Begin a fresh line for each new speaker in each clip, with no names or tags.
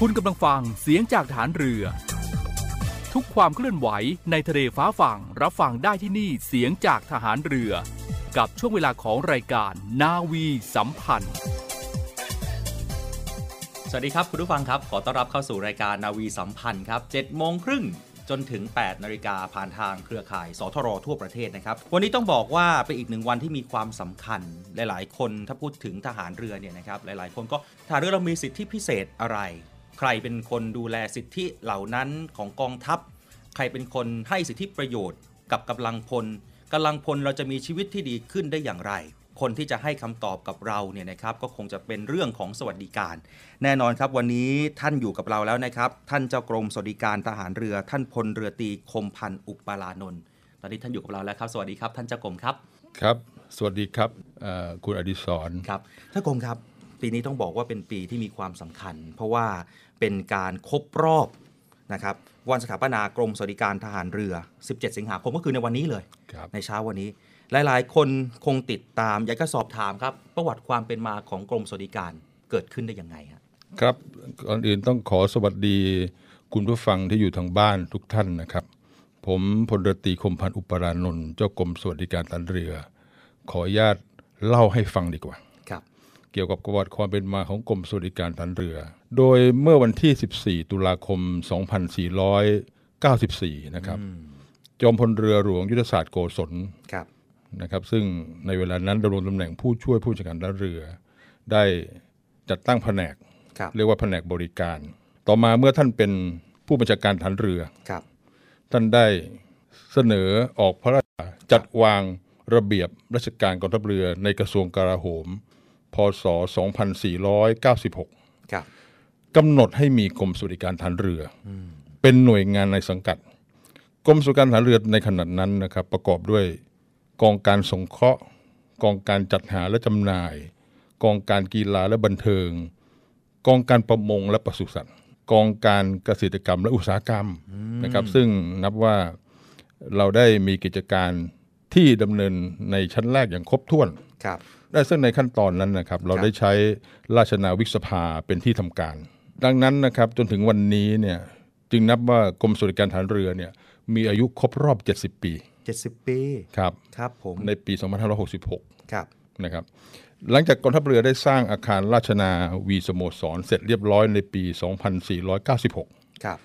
คุณกำลังฟังเสียงจากฐานเรือ ทุกความเคลื่อนไหวในทะเลฟ้าฝั่งรับฟังได้ที่นี่เสียงจากฐานเรือ กับช่วงเวลาของรายการนาวีสัมพันธ์
สวัสดีครับ คุณผู้ฟังครับ ขอต้อนรับเข้าสู่รายการนาวีสัมพันธ์ครับ7โมงครึ่งจนถึง 8 นาฬิกาผ่านทางเครือข่าย สทรทั่วประเทศนะครับ วันนี้ต้องบอกว่าเป็นอีกหนึ่งวันที่มีความสำคัญ หลาย ๆ คนถ้าพูดถึงทหารเรือเนี่ยนะครับ หลาย ๆ คนก็ทหารเรือเรามีสิทธิพิเศษอะไร ใครเป็นคนดูแลสิทธิเหล่านั้นของกองทัพ ใครเป็นคนให้สิทธิประโยชน์กับกำลังพลกำลังพลเราจะมีชีวิตที่ดีขึ้นได้อย่างไร คนที่จะให้คำตอบกับเราเนี่ยนะครับ ก็คงจะเป็นเรื่องของสวัสดิการ แน่นอนครับวันนี้ท่านอยู่กับเราแล้วนะครับ ท่านเจ้ากรมสวัสดิการทหารเรือ ท่านพลเรือตรีคมพันธ์อุปลานนท์ตอนนี้ท่านอยู่กับเราแล้วครับ สวัสดีครับท่านเจ้ากรมครับ
ครับ สวัสดีครับเอ่อคุณอดิศร
ครับท่านกรมครับ ปีนี้ต้องบอกว่าเป็นปีที่มีความสำคัญ เพราะว่าเป็นการครบรอบนะครับวันสถาปนากรมสวัสดิการทหารเรือ 17 สิงหาคมก็คือในวันนี้เลย
ครับ
ในเช้าวันนี้ หลายๆ คนคงติดตาม อยากจะสอบถามครับ ประวัติความเป็นมาของกรมสวัสดิการเกิดขึ้นได้ยังไงฮะ
ครับ ก่อนอื่นต้องขอสวัสดี คุณผู้ฟังที่อยู่ทางบ้านทุกท่านนะครับ ผมพลเรือตรีคมพันธ์อุปรานนท์เจ้ากรมสวัสดิการทหารเรือ ขออนุญาตเล่าให้ฟังดีกว่า
ครับ
เกี่ยวกับประวัติความเป็นมาของกรมสวัสดิการทหารเรือ โดยเมื่อวันที่ 14 ตุลาคม 2494 นะครับ จอมพลเรือหลวงยุทธศาสตร์โกศล
ครับ
นะครับซึ่งในเวลานั้นดำรงตำแหน่งผู้ช่วยผู้จัดการท่าเรือ ได้จัดตั้งแผนก
ครับ
เรียกว่าแผนกบริการ ต่อมาเมื่อท่านเป็นผู้บัญชาการฐานเรือ
ครับ
ท่านได้เสนอออกพระราชจัดวางระเบียบราชการกองทัพเรือในกระทรวงกลาโหม พศ 2496
ครับ
กำหนดให้มีกรมสวัสดิการฐานเรือ เป็นหน่วยงานในสังกัด กรมสวัสดิการฐานเรือในขณะนั้นนะครับ ประกอบด้วยกองการสงเคราะห์ กองการจัดหาและจำหน่าย กองการกีฬาและบันเทิง กองการประมงและปศุสัตว์กองการเกษตรกรรมและอุตสาหกรรมนะครับ ซึ่งนับว่าเราได้มีกิจการที่ดำเนินในชั้นแรกอย่างครบถ้วน
ครับ
และซึ่งในขั้นตอนนั้นนะครับ เราได้ใช้ราชนาวิกสภาเป็นที่ทำการ ดังนั้นนะครับจนถึงวันนี้เนี่ยจึงนับว่ากรมสวัสดิการฐานเรือเนี่ยมีอายุครบรอบ 70 ปี
เจ็ดสิบ70 ปี
ครับ
ครับผม
ในปี 2566
ครับ
นะครับหลังจากกองทัพเรือได้สร้างอาคารราชนาวีสโมสร เสร็จเรียบร้อยในปี 2496
ครับ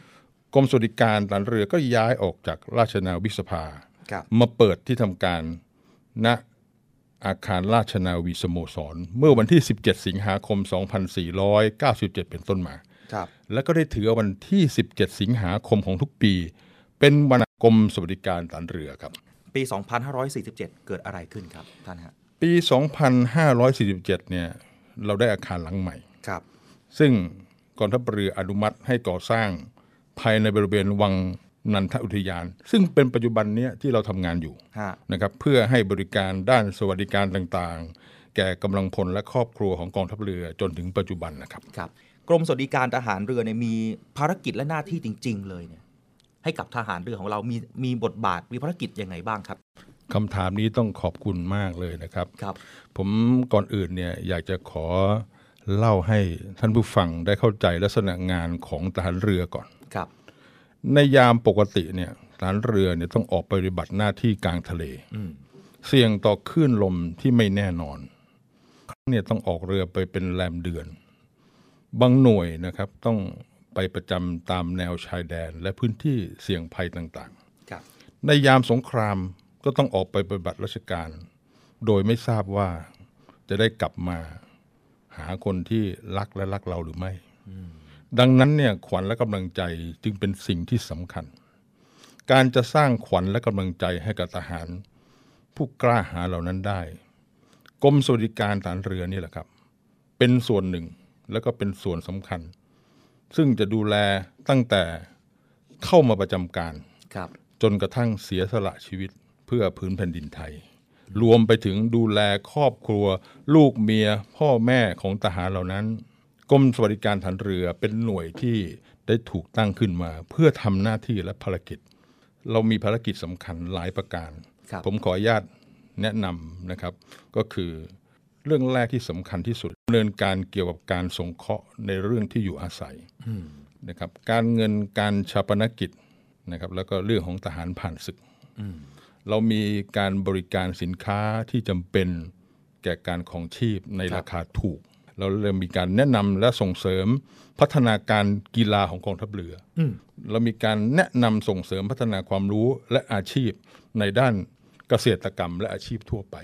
กรมสวัสดิการฐานเรือก็ย้ายออกจากราชนาวิกสภา
ครับ
มาเปิดที่ทำการณอาคารราชนาวีสโมสร เมื่อวันที่ 17 สิงหาคม 2497 เป็นต้นมา
ครับ
แล้วก็ได้ถือวันที่ 17 สิงหาคมของทุกปี เป็นวันกรมสวัสดิการฐานเรือครับ
ปี 2547 เกิดอะไรขึ้นครับท่านฮะ
ปี 2547 เนี่ยเราได้อาคารหลังใหม่
ครับ
ซึ่งกองทัพเรืออนุมัติให้ก่อสร้างภายในบริเวณวังนันทอุทยาน ซึ่งเป็นปัจจุบันเนี้ยที่เราทำงานอยู่
ฮะ
นะครับเพื่อให้บริการด้านสวัสดิการต่างๆ แก่กำลังพลและครอบครัวของกองทัพเรือจนถึงปัจจุบันนะครับ
ครับกรมสวัสดิการทหารเรือเนี่ยมีภารกิจและหน้าที่จริง ๆ เลยเนี่ยให้กับทหารเรือของเรามีมีบทบาทมีภารกิจยังไงบ้างครับ
คำถามนี้ต้องขอบคุณมากเลยนะครับ
ครับ
ผมก่อนอื่นเนี่ยอยากจะขอเล่าให้ท่านผู้ฟังได้เข้าใจลักษณะงานของทหารเรือก่อน
ครับ
ในยามปกติเนี่ยทหารเรือเนี่ยต้องออกปฏิบัติหน้าที่กลางทะเล
อืม
เสี่ยงต่อคลื่นลมที่ไม่แน่นอนเนี่ยต้องออกเรือไปเป็นแรมเดือน บางหน่วยนะครับต้องไปประจำตามแนวชายแดนและพื้นที่เสี่ยงภัยต่าง
ครับ
ๆ ในยามสงครามก็ต้องออกไปปฏิบัติราชการ โดยไม่ทราบว่าจะได้กลับมาหาคนที่รักและรักเราหรือไม่ ดังนั้นเนี่ยขวัญและกำลังใจจึงเป็นสิ่งที่สำคัญ การจะสร้างขวัญและกำลังใจให้กับทหาร ผู้กล้าหาญเหล่านั้นได้กรมสวัสดิการฐานเรือนี่แหละครับ เป็นส่วนหนึ่งแล้วก็เป็นส่วนสำคัญ ซึ่งจะดูแลตั้งแต่เข้ามาประจำการ
ครับ
จนกระทั่งเสียสละชีวิตเพื่อพื้นแผ่นดินไทย รวมไปถึงดูแลครอบครัว ลูกเมีย พ่อแม่ของทหารเหล่านั้นกรมสวัสดิการฐานเรือเป็นหน่วยที่ได้ถูกตั้งขึ้นมา เพื่อทำหน้าที่และภารกิจ เรามีภารกิจสำคัญหลายประการ
ครับ
ผมขออนุญาตแนะนำนะครับ ก็คือ เรื่องแรกที่สำคัญที่สุดดำเนินการเกี่ยวกับการสงเคราะห์ในเรื่องที่อยู่อาศัยนะครับการเงินการชาปนกิจนะครับแล้วก็เรื่องของทหารผ่านศึก เรามีการบริการสินค้าที่จำเป็นแก่การของชีพในราคาถูก เราเริ่มมีการแนะนำและส่งเสริมพัฒนาการกีฬาของกองทัพเรืออเรามีการแนะนำส่งเสริมพัฒนาความรู้และอาชีพในด้านเกษตรกรรมและอาชีพทั่วไป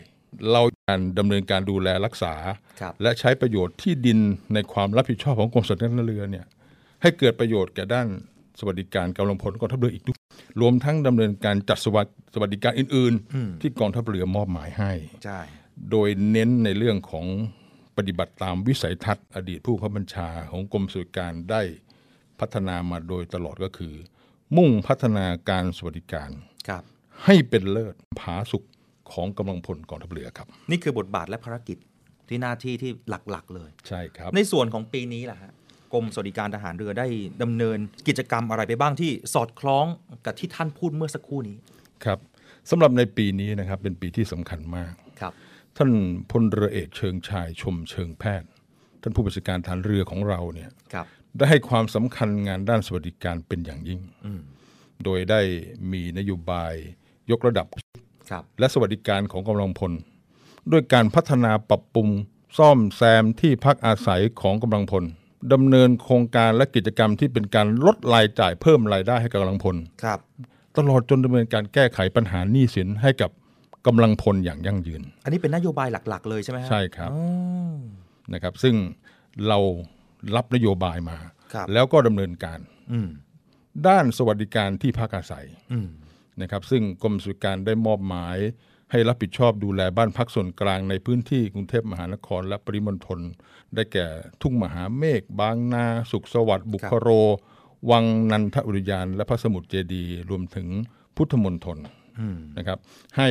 เราการดำเนินการดูแลรักษา
ครับ
และใช้ประโยชน์ที่ดินในความรับผิดชอบของกรมสมเด็จพระเรือเนี่ยให้เกิดประโยชน์แก่ด้านสวัสดิการกำลังพลกองทัพเรืออีกด้วยรวมทั้งดำเนินการจัดสวัสดิสวัสดิการอื่น ๆ ที่กองทัพเรือมอบหมายให้
ใช่
โดยเน้นในเรื่องของปฏิบัติตามวิสัยทัศน์อดีตผู้ข้าบัญชาของกรมสุรการได้พัฒนามาโดยตลอดก็คือ มุ่งพัฒนาการสวัสดิการ
ครับ
ให้เป็นเลิศผาสุขของกำลังพลกองทัพเรือครับ
นี่คือบทบาทและภารกิจที่หน้าที่ที่หลักๆ เลย
ใช่ครับ
ในส่วนของปีนี้ล่ะฮะกรมสวัสดิการทหารเรือได้ดำเนินกิจกรรมอะไรไปบ้างที่สอดคล้องกับที่ท่านพูดเมื่อสักครู่นี้
ครับสำหรับในปีนี้นะครับเป็นปีที่สำคัญมาก
ครับ
ท่านพลเรือเอกเชิงชายชมเชิงแพทย์ ท่านผู้บัญชาการฐานเรือของเราเนี่ย
ครับ
ได้ให้ความสำคัญงานด้านสวัสดิการเป็นอย่างยิ่ง โดยได้มีนโยบายยกระดับ
ครับ
และสวัสดิการของกำลังพล ด้วยการพัฒนาปรับปรุงซ่อมแซมที่พักอาศัยของกำลังพลดำเนินโครงการและกิจกรรมที่เป็นการลดรายจ่ายเพิ่มรายได้ให้กับกำลังพล
ครับ
ตลอดจนดำเนินการแก้ไขปัญหาหนี้สินให้กับกำลังพลอย่างยั่งยืน
อันนี้เป็นนโยบายหลัก ๆ เลยใช่ไหมฮะ
ใช่ครับ
อืม
นะครับ ซึ่งเรารับนโยบายมา
ครับ
แล้วก็ดำเนินการ
อืม
ด้านสวัสดิการที่พักอาศัย
อืม
นะครับซึ่งกรมสุขการได้มอบหมาย ให้รับผิดชอบดูแลบ้านพักส่วนกลางในพื้นที่กรุงเทพมหานครและปริมณฑลได้แก่ทุ่งมหาเมฆบางนาสุขสวัสดิ์บุคโร วังนันทอุทยาน และพระสมุทรเจดีย์รวมถึงพุทธมณฑล
อืม
นะครับให้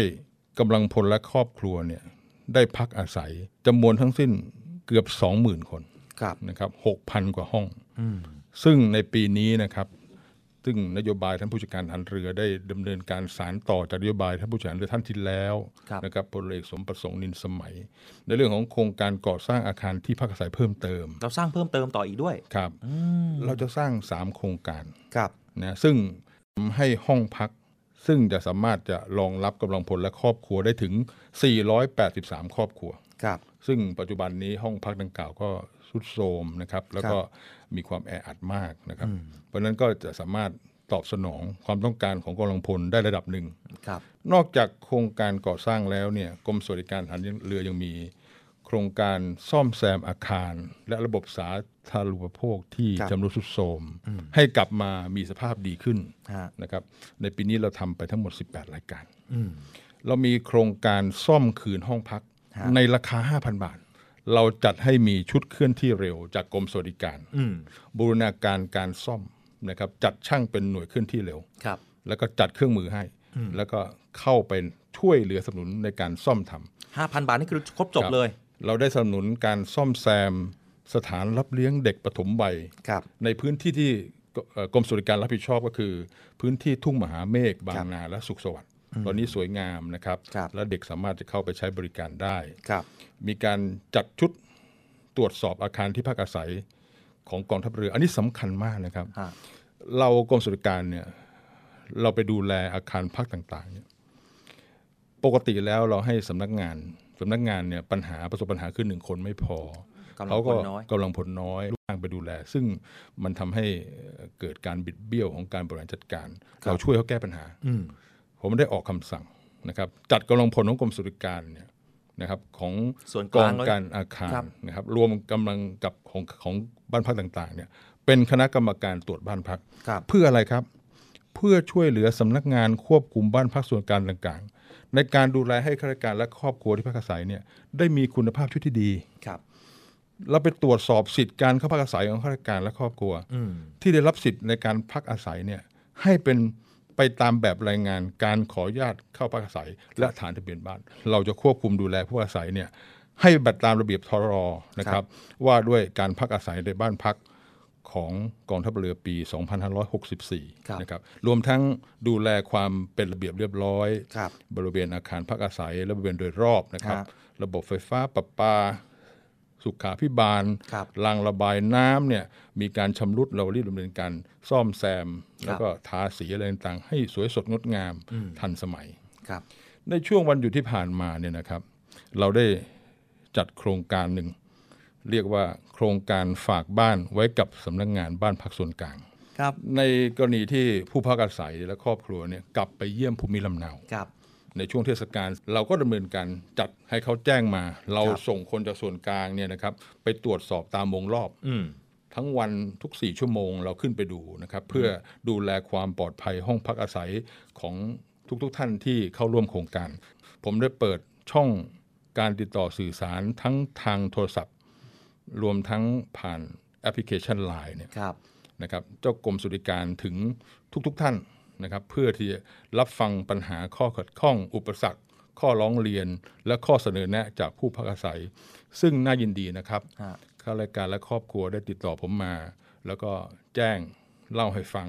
กำลังพลและครอบครัวเนี่ยได้พักอาศัยจำนวนทั้งสิ้นเกือบ 20,000 คน
ครับ
นะครับ6,000 กว่าห้อง
อืม
ซึ่งในปีนี้นะครับ ซึ่งนโยบายท่านผู้จัดการทหารเรือได้ดำเนินการสารต่อจากนโยบายท่านผู้จัดการเรือท่านที่แล้ว
ครับ
นะครับพลเอกสมประสงค์นินสมัย ในเรื่องของโครงการก่อสร้างอาคารที่พักอาศัยเพิ่มเติม
เราสร้างเพิ่มเติมต่ออีกด้วย
ครับ
อืม
เราจะสร้าง 3 โครงการ
ครับ
นะซึ่งทำให้ห้องพัก ซึ่งจะสามารถจะรองรับกำลังพลและครอบครัวได้ถึง 483 ครอบครัว
ครับ
ซึ่งปัจจุบันนี้ห้องพักดังกล่าวก็สุดโทรมนะครับ แล้วก็มีความแออัดมากนะครับ เพราะฉะนั้นก็จะสามารถตอบสนองความต้องการของกำลังพลได้ระดับหนึ่ง
ครับ
นอกจากโครงการก่อสร้างแล้วเนี่ยกรมสวัสดิการทหารเรือยังมี โครงการซ่อมแซมอาคาร และระบบสาธารณูปโภคที่
ครับ
ชำรุดทรุดโทรมให้กลับมามีสภาพดีขึ้น
ฮะ
นะครับในปีนี้เราทำไปทั้งหมด 18 รายการ
อืม
เรามีโครงการซ่อมคืนห้องพัก
ฮะ
ในราคา 5,000 บาท เราจัดให้มีชุดเคลื่อนที่เร็วจากกรมสวัสดิการ
อืม
บูรณาการการซ่อมนะครับจัดช่างเป็นหน่วยเคลื่อนที่เร็ว
ครับ
แล้วก็จัดเครื่องมือให้ แล้วก็เข้าไปช่วยเหลือสนับสนุนในการซ่อมทำ
5,000 บาทนี่คือครบจบ
ครับ
เลย
เราได้สนับสนุนการซ่อมแซม สถานรับเลี้ยงเด็กปฐมวัย
ครับ
ในพื้นที่ที่กเอ่อกรมสวัสดิการรับผิดชอบก็คือ พื้นที่ทุ่งมหาเมฆบางนา และสุขสวัสดิ์ตอนนี้สวยงามนะครับ
ครับ
และเด็กสามารถจะเข้าไปใช้บริการได้
ครับ
มีการจัดชุดตรวจสอบอาคารที่พักอาศัยของกองทัพเรือ อันนี้สำคัญมากนะครับ
ฮะ
เรากรมสุรการเนี่ยเราไปดูแลอาคารพักต่างๆเนี่ยปกติแล้วเราให้สำนักงานสำนักงานเนี่ยปัญหาประสบปัญหาขึ้นหนึ่งคนไม่พอก
ำลัง
เขา
ค
ก็
นน้อย
กำลังผลน้อยลูกจ้างไปดูแล ซึ่งมันทำให้เกิดการบิดเบี้ยวของการบริหารจัดการ เราช่วยเขาแก้ปัญหา
อืม
ผมได้ออกคำสั่งนะครับ จัดกำลังพลของกรมสุรการเนี่ยนะครับของ
ส่วนก
กอ
ลาง
ง
เลย
การอาคาร
ครับ
นะครับ รวมกำลังกับของของบ้านพักต่างๆเนี่ยเป็นคณะกรรมการตรวจบ้านพัก
ครับ
เพื่ออะไรครับ เพื่อช่วยเหลือสำนักงานควบคุมบ้านพักส่วนกลางต่างๆ ในการดูแลให้ข้าราชการและครอบครัวที่พักอาศัยเนี่ยได้มีคุณภาพชีวิตที่ดี
ครับ
เราไปตรวจสอบสิทธิการเข้าพักอาศัยของข้าราชการและครอบครัว
อืม
ที่ได้รับสิทธิ์ในการพักอาศัยเนี่ยให้เป็นไปตามแบบรายงานการขออนุญาตเข้าพักอาศัย และฐานทะเบียนบ้าน เราจะควบคุมดูแลผู้อาศัยเนี่ยให้บัตรตามระเบียบทรอนะค
ครั
รับ บ ว่าด้วยการพักอาศัยในบ้านพัก ของกองทัพเรือปี
ครับ
2564 นะครับ รวมทั้งดูแลความเป็นระเบียบเรียบร้อย
ครับ
บริเวณอาคารพักอาศัย และบริเวณโดยรอบนะครับ
ฮะ
ระบบไฟฟ้าประปา สุขาพิบาล
ครับ
รางระบายน้ำเนี่ยมีการชำรุดเรารีบดำเนินการซ่อมแซม แล้วก็ทาสีอะไรต่างๆ ให้สวยสดงดงาม
อืม
ทันสมัย
ครับ
ในช่วงวันหยุดที่ผ่านมาเนี่ยนะครับ เราได้จัดโครงการหนึ่ง เรียกว่าโครงการฝากบ้านไว้กับสำนักงานบ้านพักส่วนกลาง
ครับ
ในกรณีที่ผู้พักอาศัยและครอบครัวเนี่ยกลับไปเยี่ยมภูมิลำเนา
ครับ
ในช่วงเทศกาลเราก็ดำเนินการจัดให้เขาแจ้งมา เรา
ครับ
ส่งคนจากส่วนกลางเนี่ยนะครับ ไปตรวจสอบตามวงรอบ
อืม
ทั้งวันทุก 4 ชั่วโมงเราขึ้นไปดูนะครับ เพื่อดูแลความปลอดภัยห้องพักอาศัยของทุกๆทท่านที่เข้าร่วมโครงการ ผมได้เปิดช่องการติดต่อสื่อสารทั้งทางโทรศัพท์ รวมทั้งผ่านแอปพลิเคชัน Line เนี่ย
ครับ
นะครับเจ้ากรมสุริการถึงทุกๆทท่านนะครับเพื่อที่จะรับฟังปัญหาข้อขัดข้อง อุปสรรค ข้อร้องเรียน และข้อเสนอแนะจากผู้พักอาศัย ซึ่งน่ายินดีนะครับ
ฮะ
ข้ารายการและครอบครัวได้ติดต่อผมมา แล้วก็แจ้งเล่าให้ฟัง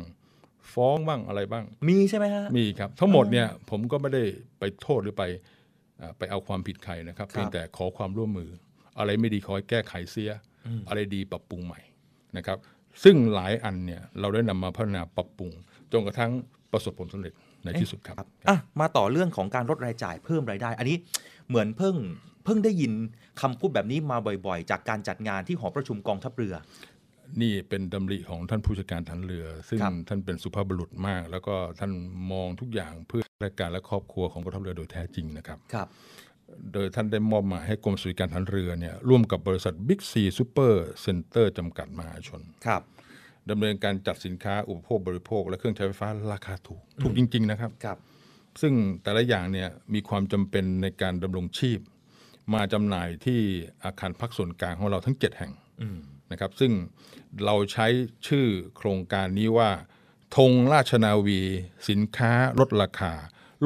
ฟ้องบ้างอะไรบ้าง
มีใช่ไหมฮะ
มีครับ ทั้งหมดเนี่ยผมก็ไม่ได้ไปโทษหรือไปเอ่อไปเอาความผิดใครนะครับ
ครับ
เพียงแต่ขอความร่วมมือ อะไรไม่ดีขอให้แก้ไขเสีย อะไรดีปรับปรุงใหม่นะครับ ซึ่งหลายอันเนี่ยเราได้นำมาพัฒนาปรับปรุงจนกระทั่งประสบผลสำเร็จใน
เอ๊ะ
ที่สุดครับ
ครับอ่ะมาต่อเรื่องของการลดรายจ่ายเพิ่มรายได้ อันนี้เหมือนเพิ่งเพิ่งได้ยินคำพูดแบบนี้มาบ่อยๆ จากการจัดงานที่หอประชุมกองทัพเรือ
นี่เป็นดำริของท่านผู้จัดการทันเรือ ซึ่ง
ครับ
ท่านเป็นสุภาพบุรุษมาก แล้วก็ท่านมองทุกอย่างเพื่อรายการและครอบครัวของกองทัพเรือโดยแท้จริงนะครับ
ครับ
โดยท่านได้มอบหมายให้กรมสุริการทหารเรือเนี่ยร่วมกับบริษัท Big C Super Center จำกัดมหาชน
ครับ
ดำเนินการจัดสินค้าอุปโภคบริโภค และเครื่องใช้ไฟฟ้าราคาถูก ถูกจริง ๆ นะครับ
ครับ
ซึ่งแต่ละอย่างเนี่ยมีความจำเป็นในการดำรงชีพ มาจำหน่ายที่อาคารพักส่วนกลางของเราทั้ง 7 แห่ง
อืม
นะครับ ซึ่งเราใช้ชื่อโครงการนี้ว่าธงราชนาวี สินค้าลดราคา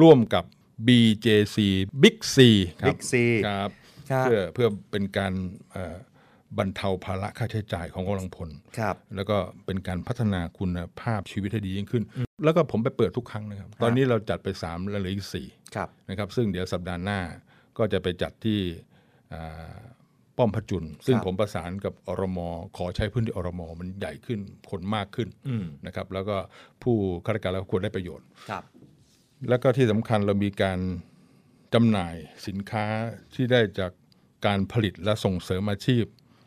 ร่วมกับ BJC Big C ครับ
Big C
ครับ
ครับ
เพื่อเพื่อเป็นการเอ่อบรรเทาภาระค่าใช้จ่ายของกำลังพล
ครับ
แล้วก็เป็นการพัฒนาคุณภาพชีวิตให้ดียิ่งขึ้น แล้วก็ผมไปเปิดทุกครั้งนะครับ ตอนนี้เราจัดไป 3 แล้วเหลืออีก
ครับ
4นะครับซึ่งเดี๋ยวสัปดาห์หน้าก็จะไปจัดที่อ่าป้อมพระจุลซึ่ง
ครับ
ผมประสานกับอรมอขอใช้พื้นที่อรมอมันใหญ่ขึ้นคนมากขึ้น
อืม
นะครับแล้วก็ผู้ข้าราชการและควรได้ประโยชน์
ครับ
แล้วก็ที่สำคัญเรามีการจำหน่ายสินค้าที่ได้จากการผลิตและส่งเสริมอาชีพ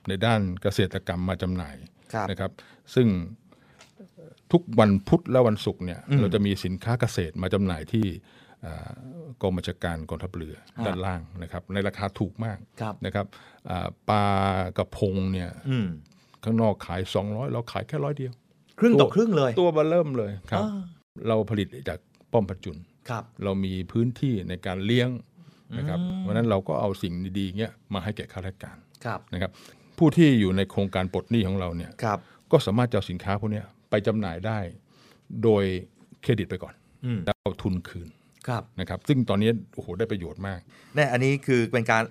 ในด้านเกษตรกรรมมาจำหน่าย
ครับ
นะครับ ซึ่งทุกวันพุธและวันศุกร์เนี่ยเราจะมีสินค้าเกษตรมาจำหน่ายที่อ่ากองบัญชาการกองทัพเรือ
ฮะ
ด้านล่างนะครับ ในราคาถูกมาก
ครับ
นะครับอ่าปลากระพงเนี่ย
อืม
ข้างนอกขาย 200 เราขายแค่ร้อยเดียว
ครึ่งต่อ
ตัว
ครึ่งเลย
ตัวเบอร์เริ่มเลยครับ
อ่า
เราผลิตจากป้อมประจุน
ครับ
เรามีพื้นที่ในการเลี้ยงนะครับเพราะฉะนั้นเราก็เอาสิ่งดีๆเงี้ยมาให้แก่ข้าราชการ
ครับ
นะครับ ผู้ที่อยู่ในโครงการปลดหนี้ของเราเนี่ย
ครับ
ก็สามารถจะเอาสินค้าพวกเนี้ยไปจำหน่ายได้ โดยเครดิตไปก่อน
อืม
แล้วเอาทุนคืน
ครับ
นะครับ ซึ่งตอนนี้โอ้โหได้ประโยชน์มาก
เนี่ยอันนี้คือเป็นการ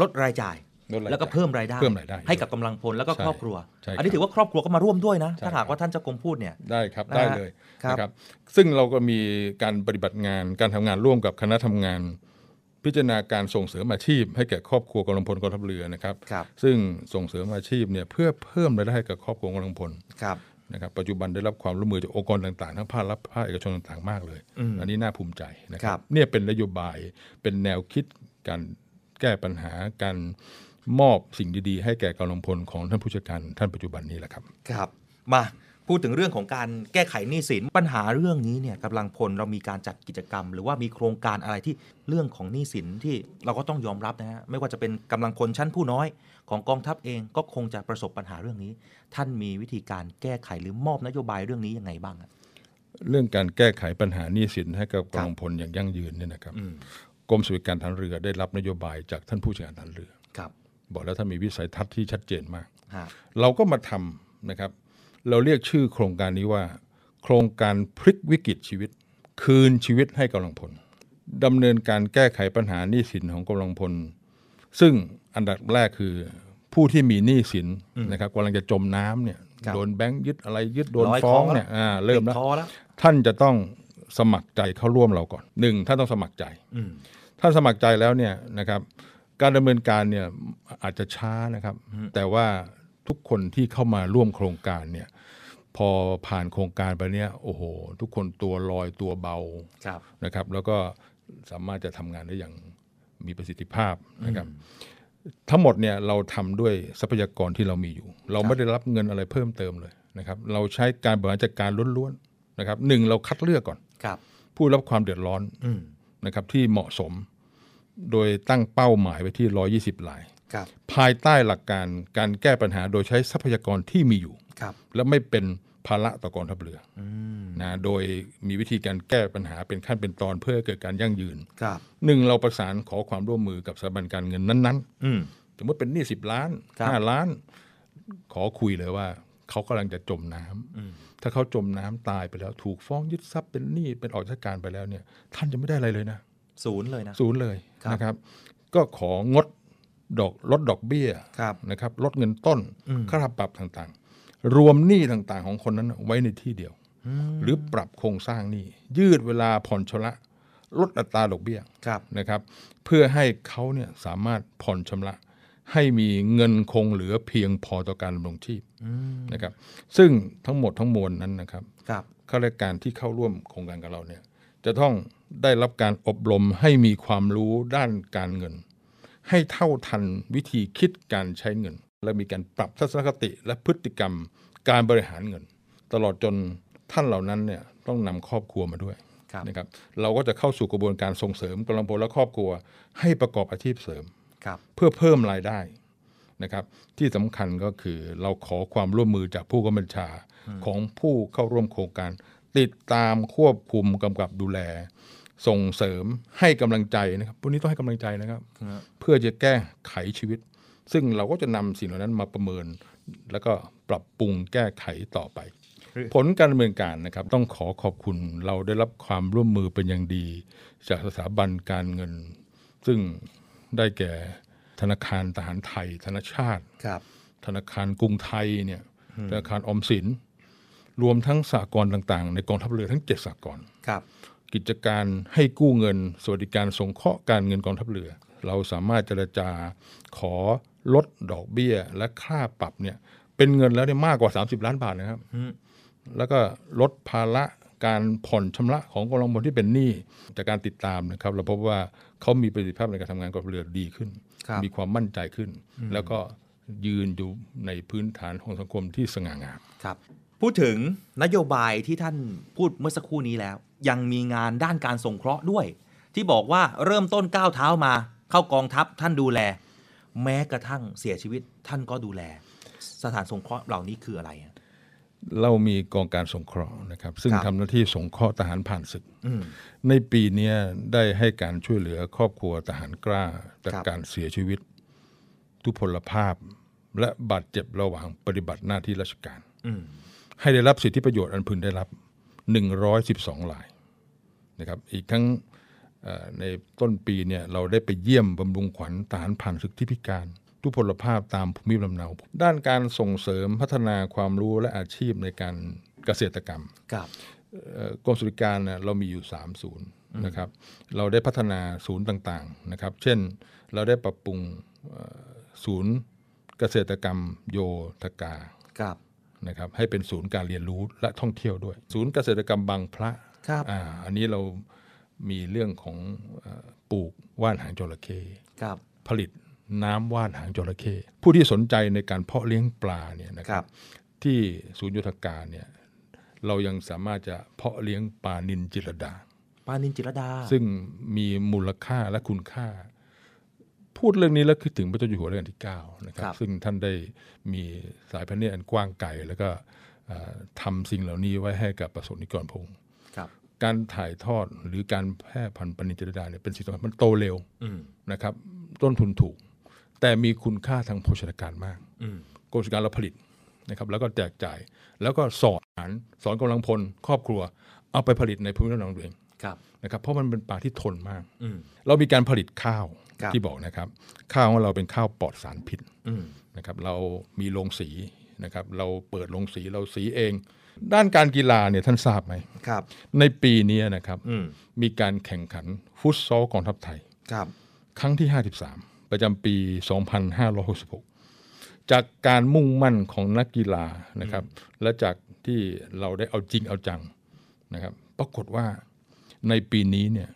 ลดรายจ่าย
ลดรายจ่าย
แล้วก็เพิ่มรายได้
เพิ่มรายได้
ให้กับกำลังพลแล้วก็
ใช่
ครอบครัว
ใช่ครับ
อันนี้ถือว่าครอบครัวก็มาร่วมด้วยนะ
ใช่
ถ้าหา
ค
ก
รับ
ว่าท่านเจ้ากรมพูดเนี่ย
ได้ครับ
นะฮะ
ได้เลย
ครับ
นะครับ ซึ่งเราก็มีการปฏิบัติงานการทำงานร่วมกับคณะทำงาน พิจารณาการส่งเสริมอาชีพ ให้แก่ครอบครัวกำลังพลกองทัพเรือนะครับ
ครับ
ซึ่งส่งเสริมอาชีพเนี่ยเพื่อเพิ่มรายได้ให้กับครอบครัวกำลังพล
ครับ
นะครับปัจจุบันได้รับความร่วมมือจากองค์กรต่างๆ ทั้งภาครัฐภาคเอกชนต่างๆมากเลย
อืม
อันนี้น่าภูมิใจนะค
ครั
รับบ เนี่ยเป็นนโยบายเป็นแนวคิดการแก้ปัญหาการมอบสิ่งดีๆ ให้แก่กำลังพลของท่านผู้จัดการท่านปัจจุบันนี้แหละครับ
ครับ มาพูดถึงเรื่องของการแก้ไขหนี้สินปัญหาเรื่องนี้เนี่ยกำลังพลเรามีการจัดกิจกรรม หรือว่ามีโครงการอะไรที่เรื่องของหนี้สินที่เราก็ต้องยอมรับนะฮะไม่ว่าจะเป็นกำลังพลชั้นผู้น้อยของกองทัพเองก็คงจะประสบปัญหาเรื่องนี้ ท่านมีวิธีการแก้ไขหรือมอบนโยบายเรื่องนี้ยังไงบ้างอะ
เรื่องการแก้ไขปัญหาหนี้สินให้กับ
ครับ
กำลังพลอย่างยั่งยืนเนี่ยนะครับ
อืม
กรมสุริการทหารเรือได้รับนโยบายจากท่านผู้จัดการทหารเรือ
ครับ
บอกแล้วท่านมีวิสัยทัศน์ที่ชัดเจนมาก
ฮะ
เราก็มาทำนะครับ เราเรียกชื่อโครงการนี้ว่า โครงการพลิกวิกฤตชีวิต คืนชีวิตให้กำลังพลดำเนินการแก้ไขปัญหาหนี้สินของกำลังพล ซึ่งอันดับแรกคือ ผู้ที่มีหนี้สินนะครับกำลังจะจมน้ำเนี่ย
ครับ
โดนแบงค์ยึดอะไรยึดโดน
ลอย
ฟ้อง
คอแล้ว
เนี่ยอ่าเริ่มแล้ว
ติดคอแล้ว
ท่านจะต้องสมัครใจเข้าร่วมเราก่อนหนึ่งท่านต้องสมัครใจ
อืม
ถ้าสมัครใจแล้วเนี่ยนะครับ การดำเนินการเนี่ยอาจจะช้านะครับ แต่ว่าทุกคนที่เข้ามาร่วมโครงการเนี่ย พอผ่านโครงการไปเนี่ยโอ้โห ทุกคนตัวลอยตัวเบา
ครับ
นะครับ แล้วก็สามารถจะทำงานได้อย่างมีประสิทธิภาพนะครับ ทั้งหมดเนี่ยเราทำด้วยทรัพยากรที่เรามีอยู่ เราไม่ได้รับเงินอะไรเพิ่มเติมเลยนะครับ เราใช้การบริหารจัดการล้วนๆนะครับหนึ่งเราคัดเลือกก่อน
ครับ
ผู้รับความเดือดร้อน
อืม
นะครับที่เหมาะสมโดยตั้งเป้าหมายไว้ที่ 120 ลาย
ครับ
ภายใต้หลักการการแก้ปัญหาโดยใช้ทรัพยากรที่มีอยู่
ครับ
และไม่เป็นภาระต่อกองทัพเรือ
อืม
นะโดยมีวิธีการแก้ปัญหาเป็นขั้นเป็นตอนเพื่อให้เกิดการยั่งยืน
ครับ
หนึ่งเราประสานขอความร่วมมือกับสถาบันการเงินนั้น
อืม
ๆ สมมติเป็นหนี้สิบล้าน
ครับ
ห้าล้าน ขอคุยเลยว่า เขากำลังจะจมน้ำถ้าเขาจมน้ำตายไปแล้ว ถูกฟ้องยึดทรัพย์เป็นหนี้เป็นออกจากการไปแล้วเนี่ย ท่านจะไม่ได้อะไรเลยนะ
ศูนย์เลยนะ
ศูนย์เลย
ครับ
นะครับ ก็ของดดอกลดดอกเบี้ย
ครับ
นะครับลดเงินต้น
อืม
ค่าปรับต่างๆ รวมหนี้ต่างๆ ของคนนั้นไว้ในที่เดียว
อืม
หรือปรับโครงสร้างหนี้ยืดเวลาผ่อนชำระ ลดอัตราดอกเบี้ย
ครับ
นะครับ เพื่อให้เขาเนี่ยสามารถผ่อนชำระ ให้มีเงินคงเหลือเพียงพอต่อการดำรงชีพ
อืม
นะครับ ซึ่งทั้งหมดทั้งมวลนั้นนะครับ
ครับ
ข้าราชการที่เข้าร่วมโครงการกับเราเนี่ยจะต้องได้รับการอบรมให้มีความรู้ด้านการเงิน ให้เท่าทันวิธีคิดการใช้เงิน และมีการปรับทัศนคติและพฤติกรรมการบริหารเงิน ตลอดจนท่านเหล่านั้นเนี่ยต้องนำครอบครัวมาด้วย
ครับ
นะครับเราก็จะเข้าสู่กระบวนการส่งเสริมกำลังพลและครอบครัว ให้ประกอบอาชีพเสริม
ครับ
เพื่อเพิ่มรายได้นะครับ ที่สำคัญก็คือเราขอความร่วมมือจากผู้กำกับบัญชาของผู้เข้าร่วมโครงการ ติดตามควบคุมกำกับดูแล ส่งเสริมให้กำลังใจนะครับพวกนี้ต้องให้กำลังใจนะครับ เพื่อจะแก้ไขชีวิต ซึ่งเราก็จะนำสิ่งเหล่านั้นมาประเมิน แล้วก็ปรับปรุงแก้ไขต่อไป ผลการดำเนินการนะครับ ต้องขอขอบคุณเราได้รับความร่วมมือเป็นอย่างดี จากสถาบันการเงิน ซึ่งได้แก่ธนาคารทหารไทย ธนาชาติ
ครับ
ธนาคารกรุงไทยเนี่ยธนาคารออมสิน รวมทั้งสากลต่างๆ ในกองทัพเรือทั้งเจ็ดสากล
ครับ
กิจการให้กู้เงิน สวัสดิการสงเคราะห์การเงินกองทัพเรือ เราสามารถเจรจาขอลดดอกเบี้ยและค่าปรับเนี่ยเป็นเงินแล้วเนี่ยมากกว่า 30 ล้านบาทนะครับ แล้วก็ลดภาระการผ่อนชำระของกองทุนที่เป็นหนี้จากการติดตามนะครับ เราพบว่าเขามีประสิทธิภาพในการทำงานกองทัพเรือดีขึ้น
ครับ
มีความมั่นใจขึ้น แล้วก็ยืนอยู่ในพื้นฐานของสังคมที่สง่างาม
ครับ พูดถึงนโยบายที่ท่านพูดเมื่อสักครู่นี้แล้ว ยังมีงานด้านการสงเคราะห์ด้วย ที่บอกว่าเริ่มต้นก้าวเท้ามา เข้ากองทัพท่านดูแล แม้กระทั่งเสียชีวิตท่านก็ดูแล สถานสงเคราะห์เหล่านี้คืออะไรอะ
เรามีกองการสงเคราะห์นะครับ ซึ่ง
ครับ
ทำหน้าที่สงเคราะห์ทหารผ่านศึก
อืม
ในปีเนี้ยได้ให้การช่วยเหลือครอบครัวทหารกล้าจาก
ครับ
การเสียชีวิต ทุพพลภาพ และบาดเจ็บระหว่างปฏิบัติหน้าที่ราชการ
อืม
ให้ได้รับสิทธิประโยชน์อันพึงได้รับ 112รายนะครับ อีกทั้งเอ่อในต้นปีเนี่ยเราได้ไปเยี่ยมบำรุงขวัญทหารผ่านศึกที่พิการ ทุพพลภาพตามภูมิลำเนา ด้านการส่งเสริมพัฒนาความรู้และอาชีพในการเกษตรกรรม
ครับ
เอ่อกรมสวัสดิการเนี่ยเรามีอยู่ 3 ศูนย์นะครับ เราได้พัฒนาศูนย์ต่างๆนะครับ เช่นเราได้ปรับปรุงเอ่อศูนย์เกษตรกรรมโยธกา
ครับ
นะครับให้เป็นศูนย์การเรียนรู้และท่องเที่ยวด้วย ศูนย์เกษตรกรรมบางพระ
ครับ
อ่าอันนี้เรามีเรื่องของเอ่อปลูกว่านหางจระเข้
ครับ
ผลิตน้ำว่านหางจระเข้ผู้ที่สนใจในการเพาะเลี้ยงปลาเนี่ยนะ
ค
ค
รั
รับ บ ที่ศูนย์ยุทธการเนี่ยเรายังสามารถจะเพาะเลี้ยงปลานินจิรดา
ปานินจิรดา
ซึ่งมีมูลค่าและคุณค่า พูดเรื่องนี้แล้วคิดถึงพระเจ้าอยู่หัวรัชกาลที่ 9 นะครับ
ครับ
ซึ่งท่านได้มีสายพระเนตรอันกว้างไกลแล้วก็เอ่อทำสิ่งเหล่านี้ไว้ให้กับประสบนิกรพงศ์
ครับ
การถ่ายทอดหรือการแพร่พันธุ์ปลานินจิรดาเนี่ยเป็นสิ่งสำคัญมันโตเร็ว
อืม
นะครับ ต้นทุนถูก แต่มีคุณค่าทางโภชนาการมาก
อืม
กรมกิจการเราผลิตนะครับแล้วก็แจกจ่ายแล้วก็สอนอาหารสอนกำลังพลครอบครัว เอาไปผลิตในภูมิลำเนาตัวเอง
ครับ
นะครับเพราะมันเป็นปลาที่ทนมาก
อืม
เรามีการผลิตข้าว
ครับ
ที่บอกนะครับ ข้าวของเราเป็นข้าวปลอดสารพิษ
อืม
นะครับเรามีโรงสีนะครับเราเปิดโรงสีเราสีเอง ด้านการกีฬาเนี่ยท่านทราบไหม
ครับ
ในปีนี้นะครับ
อืม
มีการแข่งขันฟุตซอลกองทัพไทย
ครับ
ครั้งที่ 53 ประจำปี 2566 จากการมุ่งมั่นของนักกีฬานะครับ และจากที่เราได้เอาจริงเอาจังนะครับ ปรากฏว่าในปีนี้เนี่ย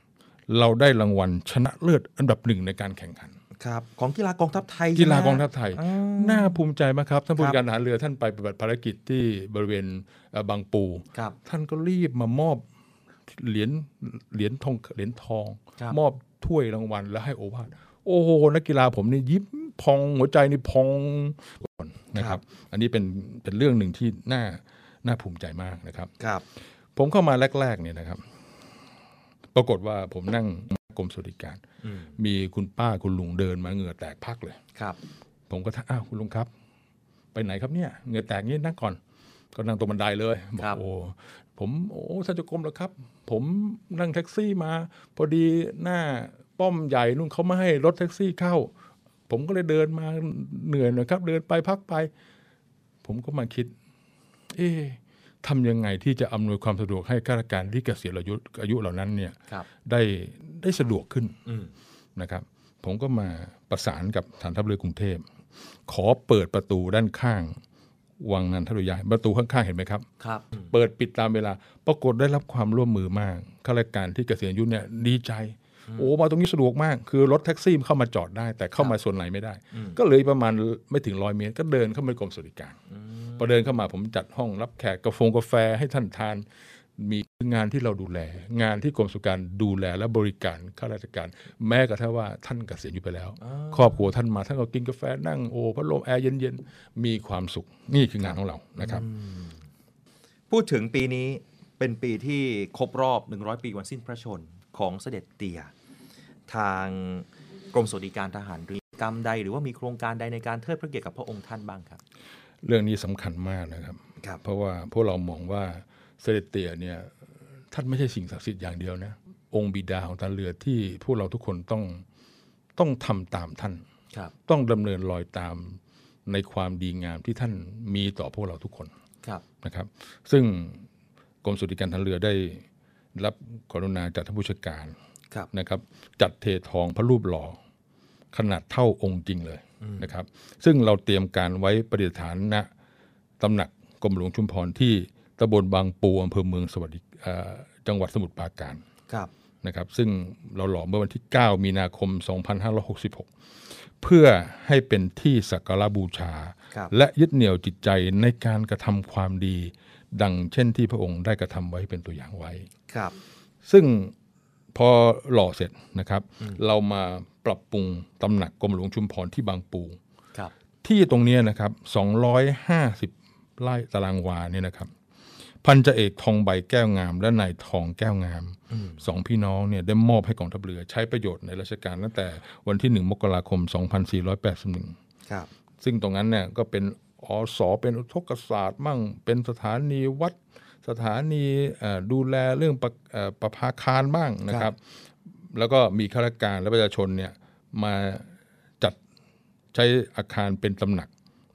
เราได้รางวัลชนะเลิศอันดับหนึ่งในการแข่งขัน
ครับของกีฬากองทัพไทย
กีฬาก
ใช่
อง
ไหม
ทัพไทย
อ่า
น่าภูมิใจมากครับท่านผู้
ครับ
การทหารเรือท่านไปปฏิบัติภารกิจที่บริเวณเอ่อบางปู
ครับ
ท่านก็รีบมามอบเหรียญเหรียญทองเหรียญทอง
ครับ
มอบถ้วยรางวัลและให้โอวาทโอ้โหนักกีฬาผมนี่ยิ้มพองหัวใจนี่พองนะครับ อันนี้เป็นเป็นเรื่องหนึ่งที่น่าน่าภูมิใจมากนะครับ
ครับ
ผมเข้ามาแรก ๆ เนี่ยนะครับ ปรากฏว่าผมนั่งกรมสวัสดิการ
อืม
มีคุณป้าคุณลุงเดินมาเหงื่อแตกพักเลย
ครับ
ผมก็ทักอ้าวคุณลุงครับ ไปไหนครับเนี่ยเหงื่อแตกงี้นั่งก่อน ก็นั่งตรงบันไดเลยบอ
ครั
ก
บ
โอ้ผมโอ้ท่านเจ้ากรมแล้วครับ ผมนั่งแท็กซี่มา พอดีหน้าป้อมใหญ่นุ่นเขาไม่ให้รถแท็กซี่เข้า ผมก็เลยเดินมาเหนื่อยหน่อยครับ เดินไปพักไป ผมก็มาคิด เอ๊ะทำยังไงที่จะอำนวยความสะดวกให้ข้าราชการที่เกษียณอายุอายุเหล่านั้นเนี่ย
ครับ
ได้ได้สะดวกขึ้น
อืม
นะครับผมก็มาประสานกับฐานทัพเรือกรุงเทพ ขอเปิดประตูด้านข้าง วังนันทรุยาประตูข้างๆเห็นไหมครับ
ครับอืม
เปิดปิดตามเวลา ปรากฏได้รับความร่วมมือมากข้าราชการที่เกษียณอายุเนี่ยดีใจ โอ้มาตรงนี้สะดวกมาก คือรถแท็กซี่เข้ามาจอดได้ แต่เข้ามาส่วนไหนไม่ได้ ก็เหลยประมาณไม่ถึงร้อยเมตร ก็เดินเข้าไปกรมสวัสดิการ
อืม
พอเดินเข้ามาผมจัดห้องรับแขกกาแฟกาแฟให้ท่านทาน มีงานที่เราดูแล งานที่กรมสุขการดูแลและบริการข้าราชการ แม้กระทั่งว่าท่านเกษียณอยู่ไปแล้ว ครอบครัวท่านมาท่านก็กินกาแฟนั่งโอ้พัดลมแอร์เย็นๆ มีความสุขนี่คืองานของเรานะครับ
พูดถึงปีนี้เป็นปีที่ครบรอบ 100 ปีวันสิ้นพระชนม์ของเสด็จเตี่ย ทางกรมสวัสดิการทหารเรือกรรมใด หรือว่ามีโครงการใดในการเทิดพระเกียรติกับพระองค์ท่านบ้างครับ
เรื่องนี้สำคัญมากนะครับ
ครับ
เพราะว่าพวกเรามองว่าเสด็จเตี่ยเนี่ยท่านไม่ใช่สิ่งศักดิ์สิทธิ์อย่างเดียวนะองค์บิดาของทหารเรือที่พวกเราทุกคนต้องต้องทำตามท่าน
ครับ
ต้องดำเนินรอยตามในความดีงามที่ท่านมีต่อพวกเราทุกคน
ครับ
นะครับ ซึ่งกรมสุติการทหารเรือได้รับกรุณาจากท่านผู้ชวยการ
ครับ
นะครับ จัดเททองพระรูปหล่อขนาดเท่าองค์จริงเลยนะครับ ซึ่งเราเตรียมการไว้ประดิษฐานณตำหนักกรมหลวงชุมพรที่ตำบลบางปูอำเภอเมืองสวัสดิเอ่อจังหวัดสมุทรปราการ
ครับ
นะครับซึ่งเราหล่อเมื่อวันที่ 9 มีนาคม 2566 เพื่อให้เป็นที่สักการะบูชา
ครับ
และยึดเหนี่ยวจิตใจในการกระทำความดี ดังเช่นที่พระองค์ได้กระทำไว้เป็นตัวอย่างไว้
ครับ
ซึ่งพอหล่อเสร็จนะครับ เรามาปรับปรุงตำหนักกรมหลวงชุมพรที่บางปู
ครับ
ที่ตรงเนี้ยนะครับ 250 ไร่ตารางวาเนี่ยนะครับ พันจ่าเอกทองใบแก้วงาม และนายทองแก้วงาม สองพี่น้องเนี่ยได้มอบให้กองทัพเรือใช้ประโยชน์ในราชการตั้งแต่วันที่ 1 มกราคม 2481
ครับ
ซึ่งตรงนั้นเนี่ยก็เป็นอสอเป็นอุทกศาสตร์มั่ง เป็นสถานีวัด สถานีเอ่อดูแลเรื่องประเอ่อประภาคารบ้างนะครับ แล้วก็มีข้าราชการและประชาชนเนี่ยมาจัดใช้อาคารเป็นตำหนัก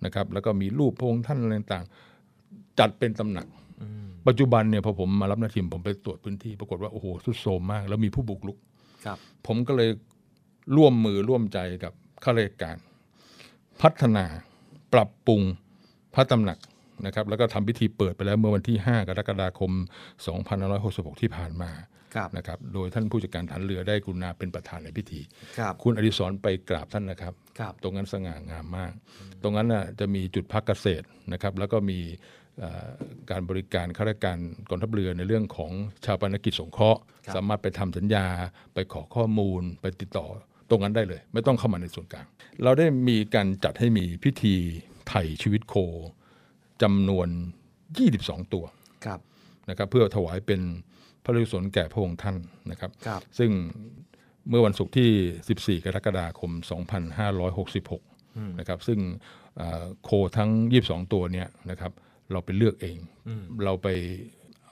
นะครับ แล้วก็มีรูปพระองค์ท่านอะไรต่างๆ จัดเป็นตำหนัก
อืม
ปัจจุบันเนี่ยพอผมมารับหน้าที่ผมไปตรวจพื้นที่ปรากฏว่าโอ้โหสุดโทรมมาก แล้วมีผู้บุกรุก
ครับ
ผมก็เลยร่วมมือร่วมใจกับข้าราชการ พัฒนาปรับปรุงพระตำหนักนะครับ แล้วก็ทำพิธีเปิดไปแล้วเมื่อวันที่ 5 กรกฎาคม 2566 ที่ผ่านมา
ครับ
นะครับ โดยท่านผู้จัดการฐานเรือได้กรุณาเป็นประธานในพิธี
ครับ
คุณอดิศรไปกราบท่านนะครับ
ครับ
ตรงนั้นสง่างามมาก ตรงนั้นน่ะจะมีจุดพักเกษตรนะครับ แล้วก็มีเอ่อการบริการข้าราชการกองทัพเรือในเรื่องของชาวปนกิจสงเคราะห์ สามารถไปทำสัญญา ไปขอข้อมูล ไปติดต่อตรงนั้นได้เลย ไม่ต้องเข้ามาในส่วนกลาง เราได้มีการจัดให้มีพิธีไถ่ชีวิตโคจำนวน 22 ตัว
ครับ
นะครับ เพื่อถวายเป็นพระฤาษีสนแก่พระองค์ท่านนะครับ
ครับ
ซึ่งเมื่อวันศุกร์ที่ 14 กรกฎาคม 2566 นะครับ ซึ่งเอ่อโคทั้ง 22 ตัวเนี่ยนะครับ เราไปเลือกเอง เราไป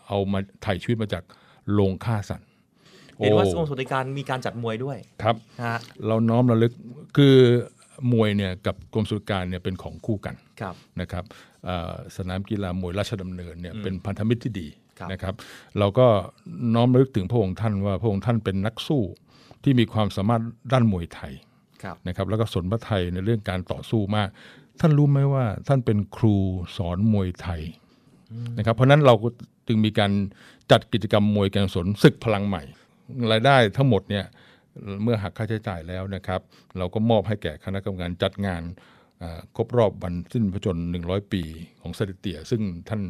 เอามาถ่ายชีวิตมาจากโรงฆ่าสัตว์
เห็นว่ากรมสวัสดิการมีการจัดมวยด้วย
ครับ
นะฮะ
เราน้อมระลึกคือมวยเนี่ยกับกรมสุรการเนี่ยเป็นของคู่กัน
ครับ
นะครับเอ่อสนามกีฬามวยราชดำเนินเนี่ยเป็นพันธมิตรที่ดี
ครับ
นะครับ เราก็น้อมระลึกถึงพระองค์ท่านว่าพระองค์ท่านเป็นนักสู้ที่มีความสามารถด้านมวยไทย
ครับ
นะครับ แล้วก็สนพระไทยในเรื่องการต่อสู้มาก ท่านรู้ไหมว่าท่านเป็นครูสอนมวยไทยนะครับ เพราะฉะนั้นเราก็จึงมีการจัดกิจกรรมมวยการสนศึกพลังใหม่ รายได้ทั้งหมดเนี่ยเมื่อหักค่าใช้จ่ายแล้วนะครับ เราก็มอบให้แก่คณะกรรมการจัดงานเอ่อครบรอบวันสิ้นพระชนม์100 ปีของเสด็จเตี่ยซึ่งท่าน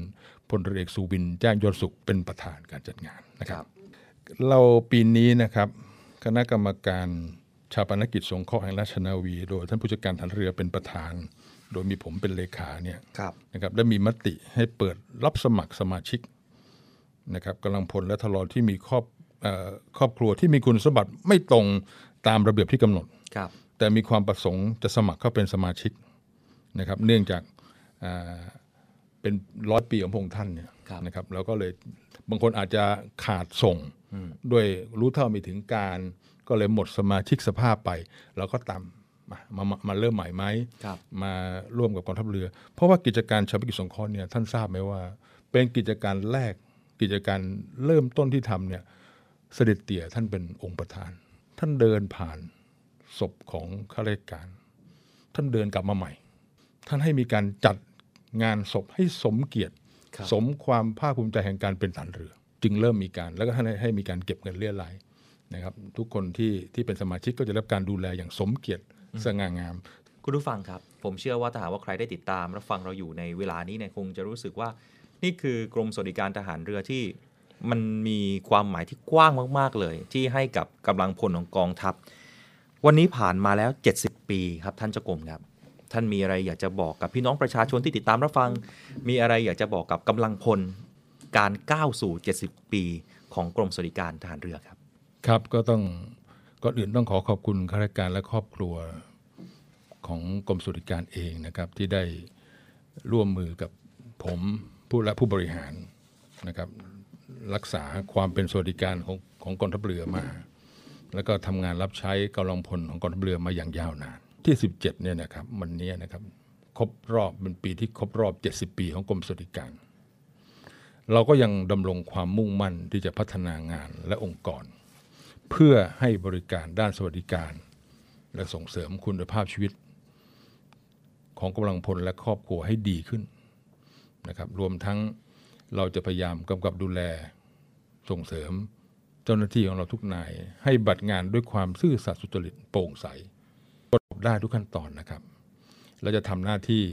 พลเรือเอกสูบินแจ้งยอดสุขเป็นประธานการจัดงานนะครับ เราปีนี้นะครับ คณะกรรมการชาปนกิจสงเคราะห์แห่งราชนาวี โดยท่านผู้จัดการฐานเรือเป็นประธาน โดยมีผมเป็นเลขาเนี่ย
ครับ
นะครับได้มีมติให้เปิดรับสมัครสมาชิกนะครับกำลังพลและทลอที่มีครอบเอ่อครอบครัวที่มีคุณสมบัติไม่ตรงตามระเบียบที่กำหนด
ครับ
แต่มีความประสงค์จะสมัครเข้าเป็นสมาชิกนะครับ เนื่องจากอ่าเป็นร้อยปีของพระองค์ท่านเนี่ย
ครับ
นะครับแล้วก็เลยบางคนอาจจะขาดส่งด้วยรู้เท่าไม่ถึงการ ก็เลยหมดสมาชิกสภาพไป เราก็ตามมามามามาเริ่มใหม่ไหม
ครับ
มาร่วมกับกองทัพเรือ เพราะว่ากิจการชาวพิกิจสงเคราะห์เนี่ยท่านทราบไหมว่า เป็นกิจการแรกกิจการเริ่มต้นที่ทำเนี่ยเสด็จเตี่ยท่านเป็นองค์ประธาน ท่านเดินผ่านศพของข้าราชการ ท่านเดินกลับมาใหม่ ท่านให้มีการจัดงานศพให้สมเกียรติ
ครับ
สมความภาคภูมิใจแห่งการเป็นฐานเรือ จึงเริ่มมีการแล้วก็ท่านให้ให้มีการเก็บเงินเลี้ยไรายนะครับ ทุกคนที่ที่เป็นสมาชิกก็จะได้รับการดูแลอย่างสมเกียรติสง่างาม
คุณผู้ฟังครับ ผมเชื่อว่าถ้าหากว่าใครได้ติดตามรับฟังเราอยู่ในเวลานี้เนี่ยคงจะรู้สึกว่า นี่คือกรมสวัสดิการทหารเรือที่มันมีความหมายที่กว้างมาก ๆ เลย ที่ให้กับกำลังพลของกองทัพ วันนี้ผ่านมาแล้ว 70 ปีครับท่านเจ้ากรมครับ ท่านมีอะไรอยากจะบอกกับพี่น้องประชาชนที่ติดตามรับฟัง มีอะไรอยากจะบอกกับกำลังพลการก้าวสู่ 70 ปีของกรมสวัสดิการทหารเรือครับ
ครับก็ต้องก่อนอื่นต้องขอขอบคุณข้าราชการและครอบครัวของกรมสวัสดิการเองนะครับ ที่ได้ร่วมมือกับผมผู้และผู้บริหารนะครับ รักษาความเป็นสวัสดิการของของกองทัพเรือมา แล้วก็ทำงานรับใช้กำลังพลของกองทัพเรือมาอย่างยาวนาน ที่ 17เนี่ยนะครับวันนี้นะครับครบรอบเป็นปีที่ครบรอบ 70 ปีของกรมสวัสดิการ เราก็ยังดำรงความมุ่งมั่นที่จะพัฒนางานและองค์กร เพื่อให้บริการด้านสวัสดิการ และส่งเสริมคุณภาพชีวิต ของกำลังพลและครอบครัวให้ดีขึ้นนะครับ รวมทั้งเราจะพยายามกำกับดูแลส่งเสริมเจ้าหน้าที่ของเราทุกนาย ให้บัตรงานด้วยความซื่อสัตย์สุจริตโปร่งใสตรวจสอบได้ทุกขั้นตอนนะครับ เราจะทำหน้าที่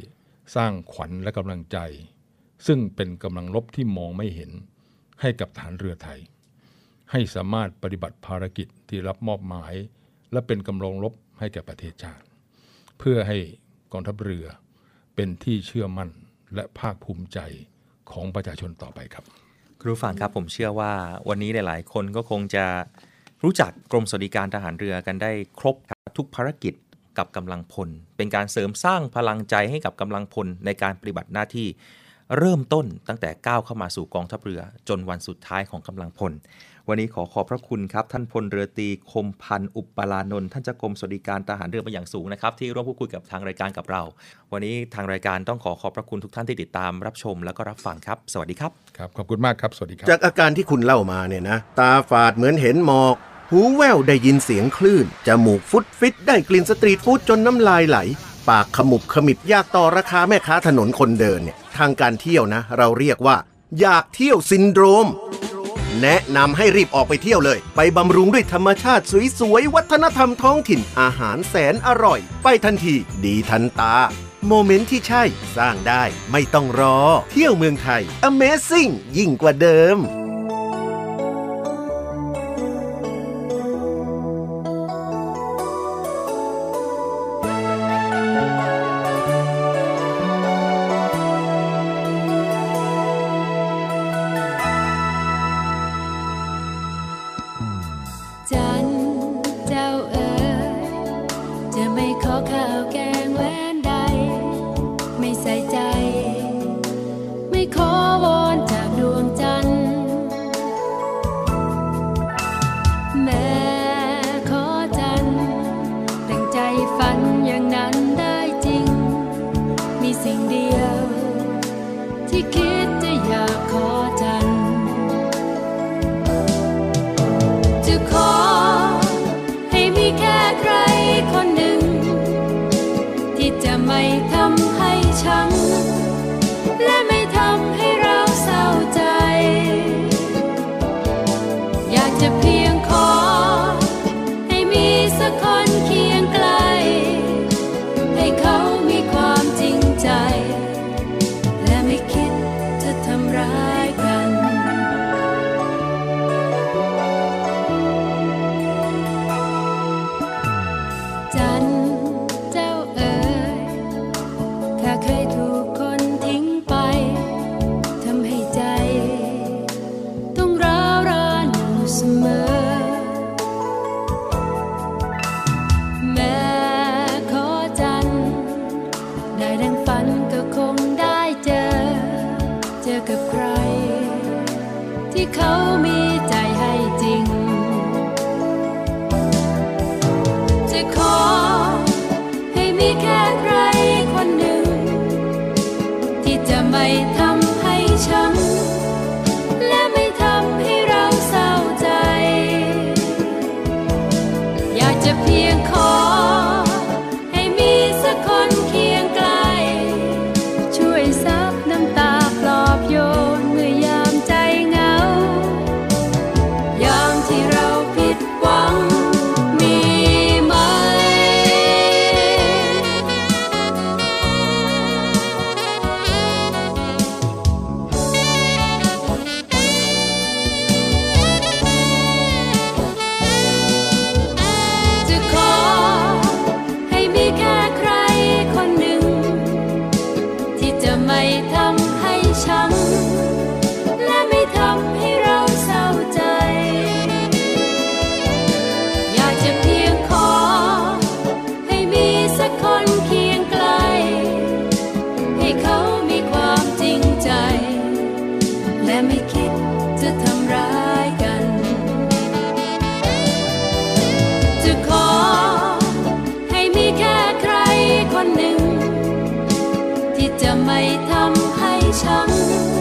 สร้างขวัญและกำลังใจ ซึ่งเป็นกำลังลบที่มองไม่เห็นให้กับฐานเรือไทย ให้สามารถปฏิบัติภารกิจที่รับมอบหมาย และเป็นกำลังรบให้แก่ประเทศชาติ เพื่อให้กองทัพเรือเป็นที่เชื่อมั่นและภาคภูมิใจของประชาชนต่อไปครับ
คุณผู้ฟังครับผมเชื่อว่าวันนี้หลาย ๆ คนก็คงจะรู้จักกรมสวัสดิการทหารเรือกันได้ครบครับทุกภารกิจกับกำลังพล เป็นการเสริมสร้างพลังใจให้กับกำลังพลในการปฏิบัติหน้าที่ เริ่มต้นตั้งแต่ก้าวเข้ามาสู่กองทัพเรือจนวันสุดท้ายของกำลังพล วันนี้ขอขอบพระคุณครับ ท่านพลเรือตรีคมพันธ์อุปปารานนท์ท่านเจ้ากรมสวัสดิการทหารเรือมาอย่างสูงนะครับที่ร่วมพูดคุยกับทางรายการกับเรา วันนี้ทางรายการต้องขอขอบพระคุณทุกท่านที่ติดตามรับชม แล้วก็รับฟังครับ สวัสดีครับ
ครับ ขอบคุณมากครับ สวัสดีครับ
จากอาการที่คุณเล่ามาเนี่ยนะ ตาฝาดเหมือนเห็นหมอก หูแว่วได้ยินเสียงคลื่น จมูกฟุดฟิตได้กลิ่นสตรีทฟู้ดจนน้ำลายไหล ปากขมุบขมิบอยากต่อราคาแม่ค้าถนนคนเดินเนี่ยทางการเที่ยวนะ เราเรียกว่า อยากเที่ยวซินโดรม แนะนำให้รีบออกไปเที่ยวเลย ไปบำรุงด้วยธรรมชาติสวยๆ วัฒนธรรมท้องถิ่นอาหารแสนอร่อย ไปทันที ดีทันตา โมเมนต์ที่ใช่ สร้างได้ ไม่ต้องรอ เที่ยวเมืองไทย Amazing ยิ่งกว่าเดิม
จันทร์เจ้าเอ๋ยจะไม่ขอข้าวแกงแหวนใด ไม่ใส่ใจ ไม่ขอวอนจากดวงจันทร์ ดียว ที่คิดจะอยากขอจัน จะขอ ให้มีแค่ใครคนหนึ่ง ที่จะไม่ทำให้ช้ำและไม่ทำให้เราเศร้าใจ อยากจะเพียงขอ ให้มีสักคนเคียงไกล ให้เขามีความจริงใจ และไม่คิดจะทำร้ายกัน จันเจ้าเอ๋ยข้าเคยถูกคนทิ้งไป ทำให้ใจ ต้องร้าวรานอยู่เสมอ แม้ขอจัน ได้ดังฝันก็คงได้เจอ เจอกับใคร ที่เขามีใจให้จริง จะขอ ให้มีแค่ใครคนหนึ่ง ที่จะไม่ทำให้ช้ำและไม่ทำให้เราเศร้าใจ อยากจะเพียงขอ ให้มีสักคนเคียงไกล ช่วยซับน้ำตาปลอบโยนเมื่อยามใจเหงา ยามที่เราผิดหวังมีไหม จะขอ ให้มีแค่ใครคนหนึ่ง ที่จะไม่ทำให้ช้ำและไม่ทำให้เราเศร้าใจ อยากจะเพียงขอ ให้มีสักคนเคียงไกล ให้เขามีความจริงใจ และไม่คิดจะทำร้ายกัน จะขอ ให้มีแค่ใครคนหนึ่ง ที่จะไม่ทำให้ช้ำ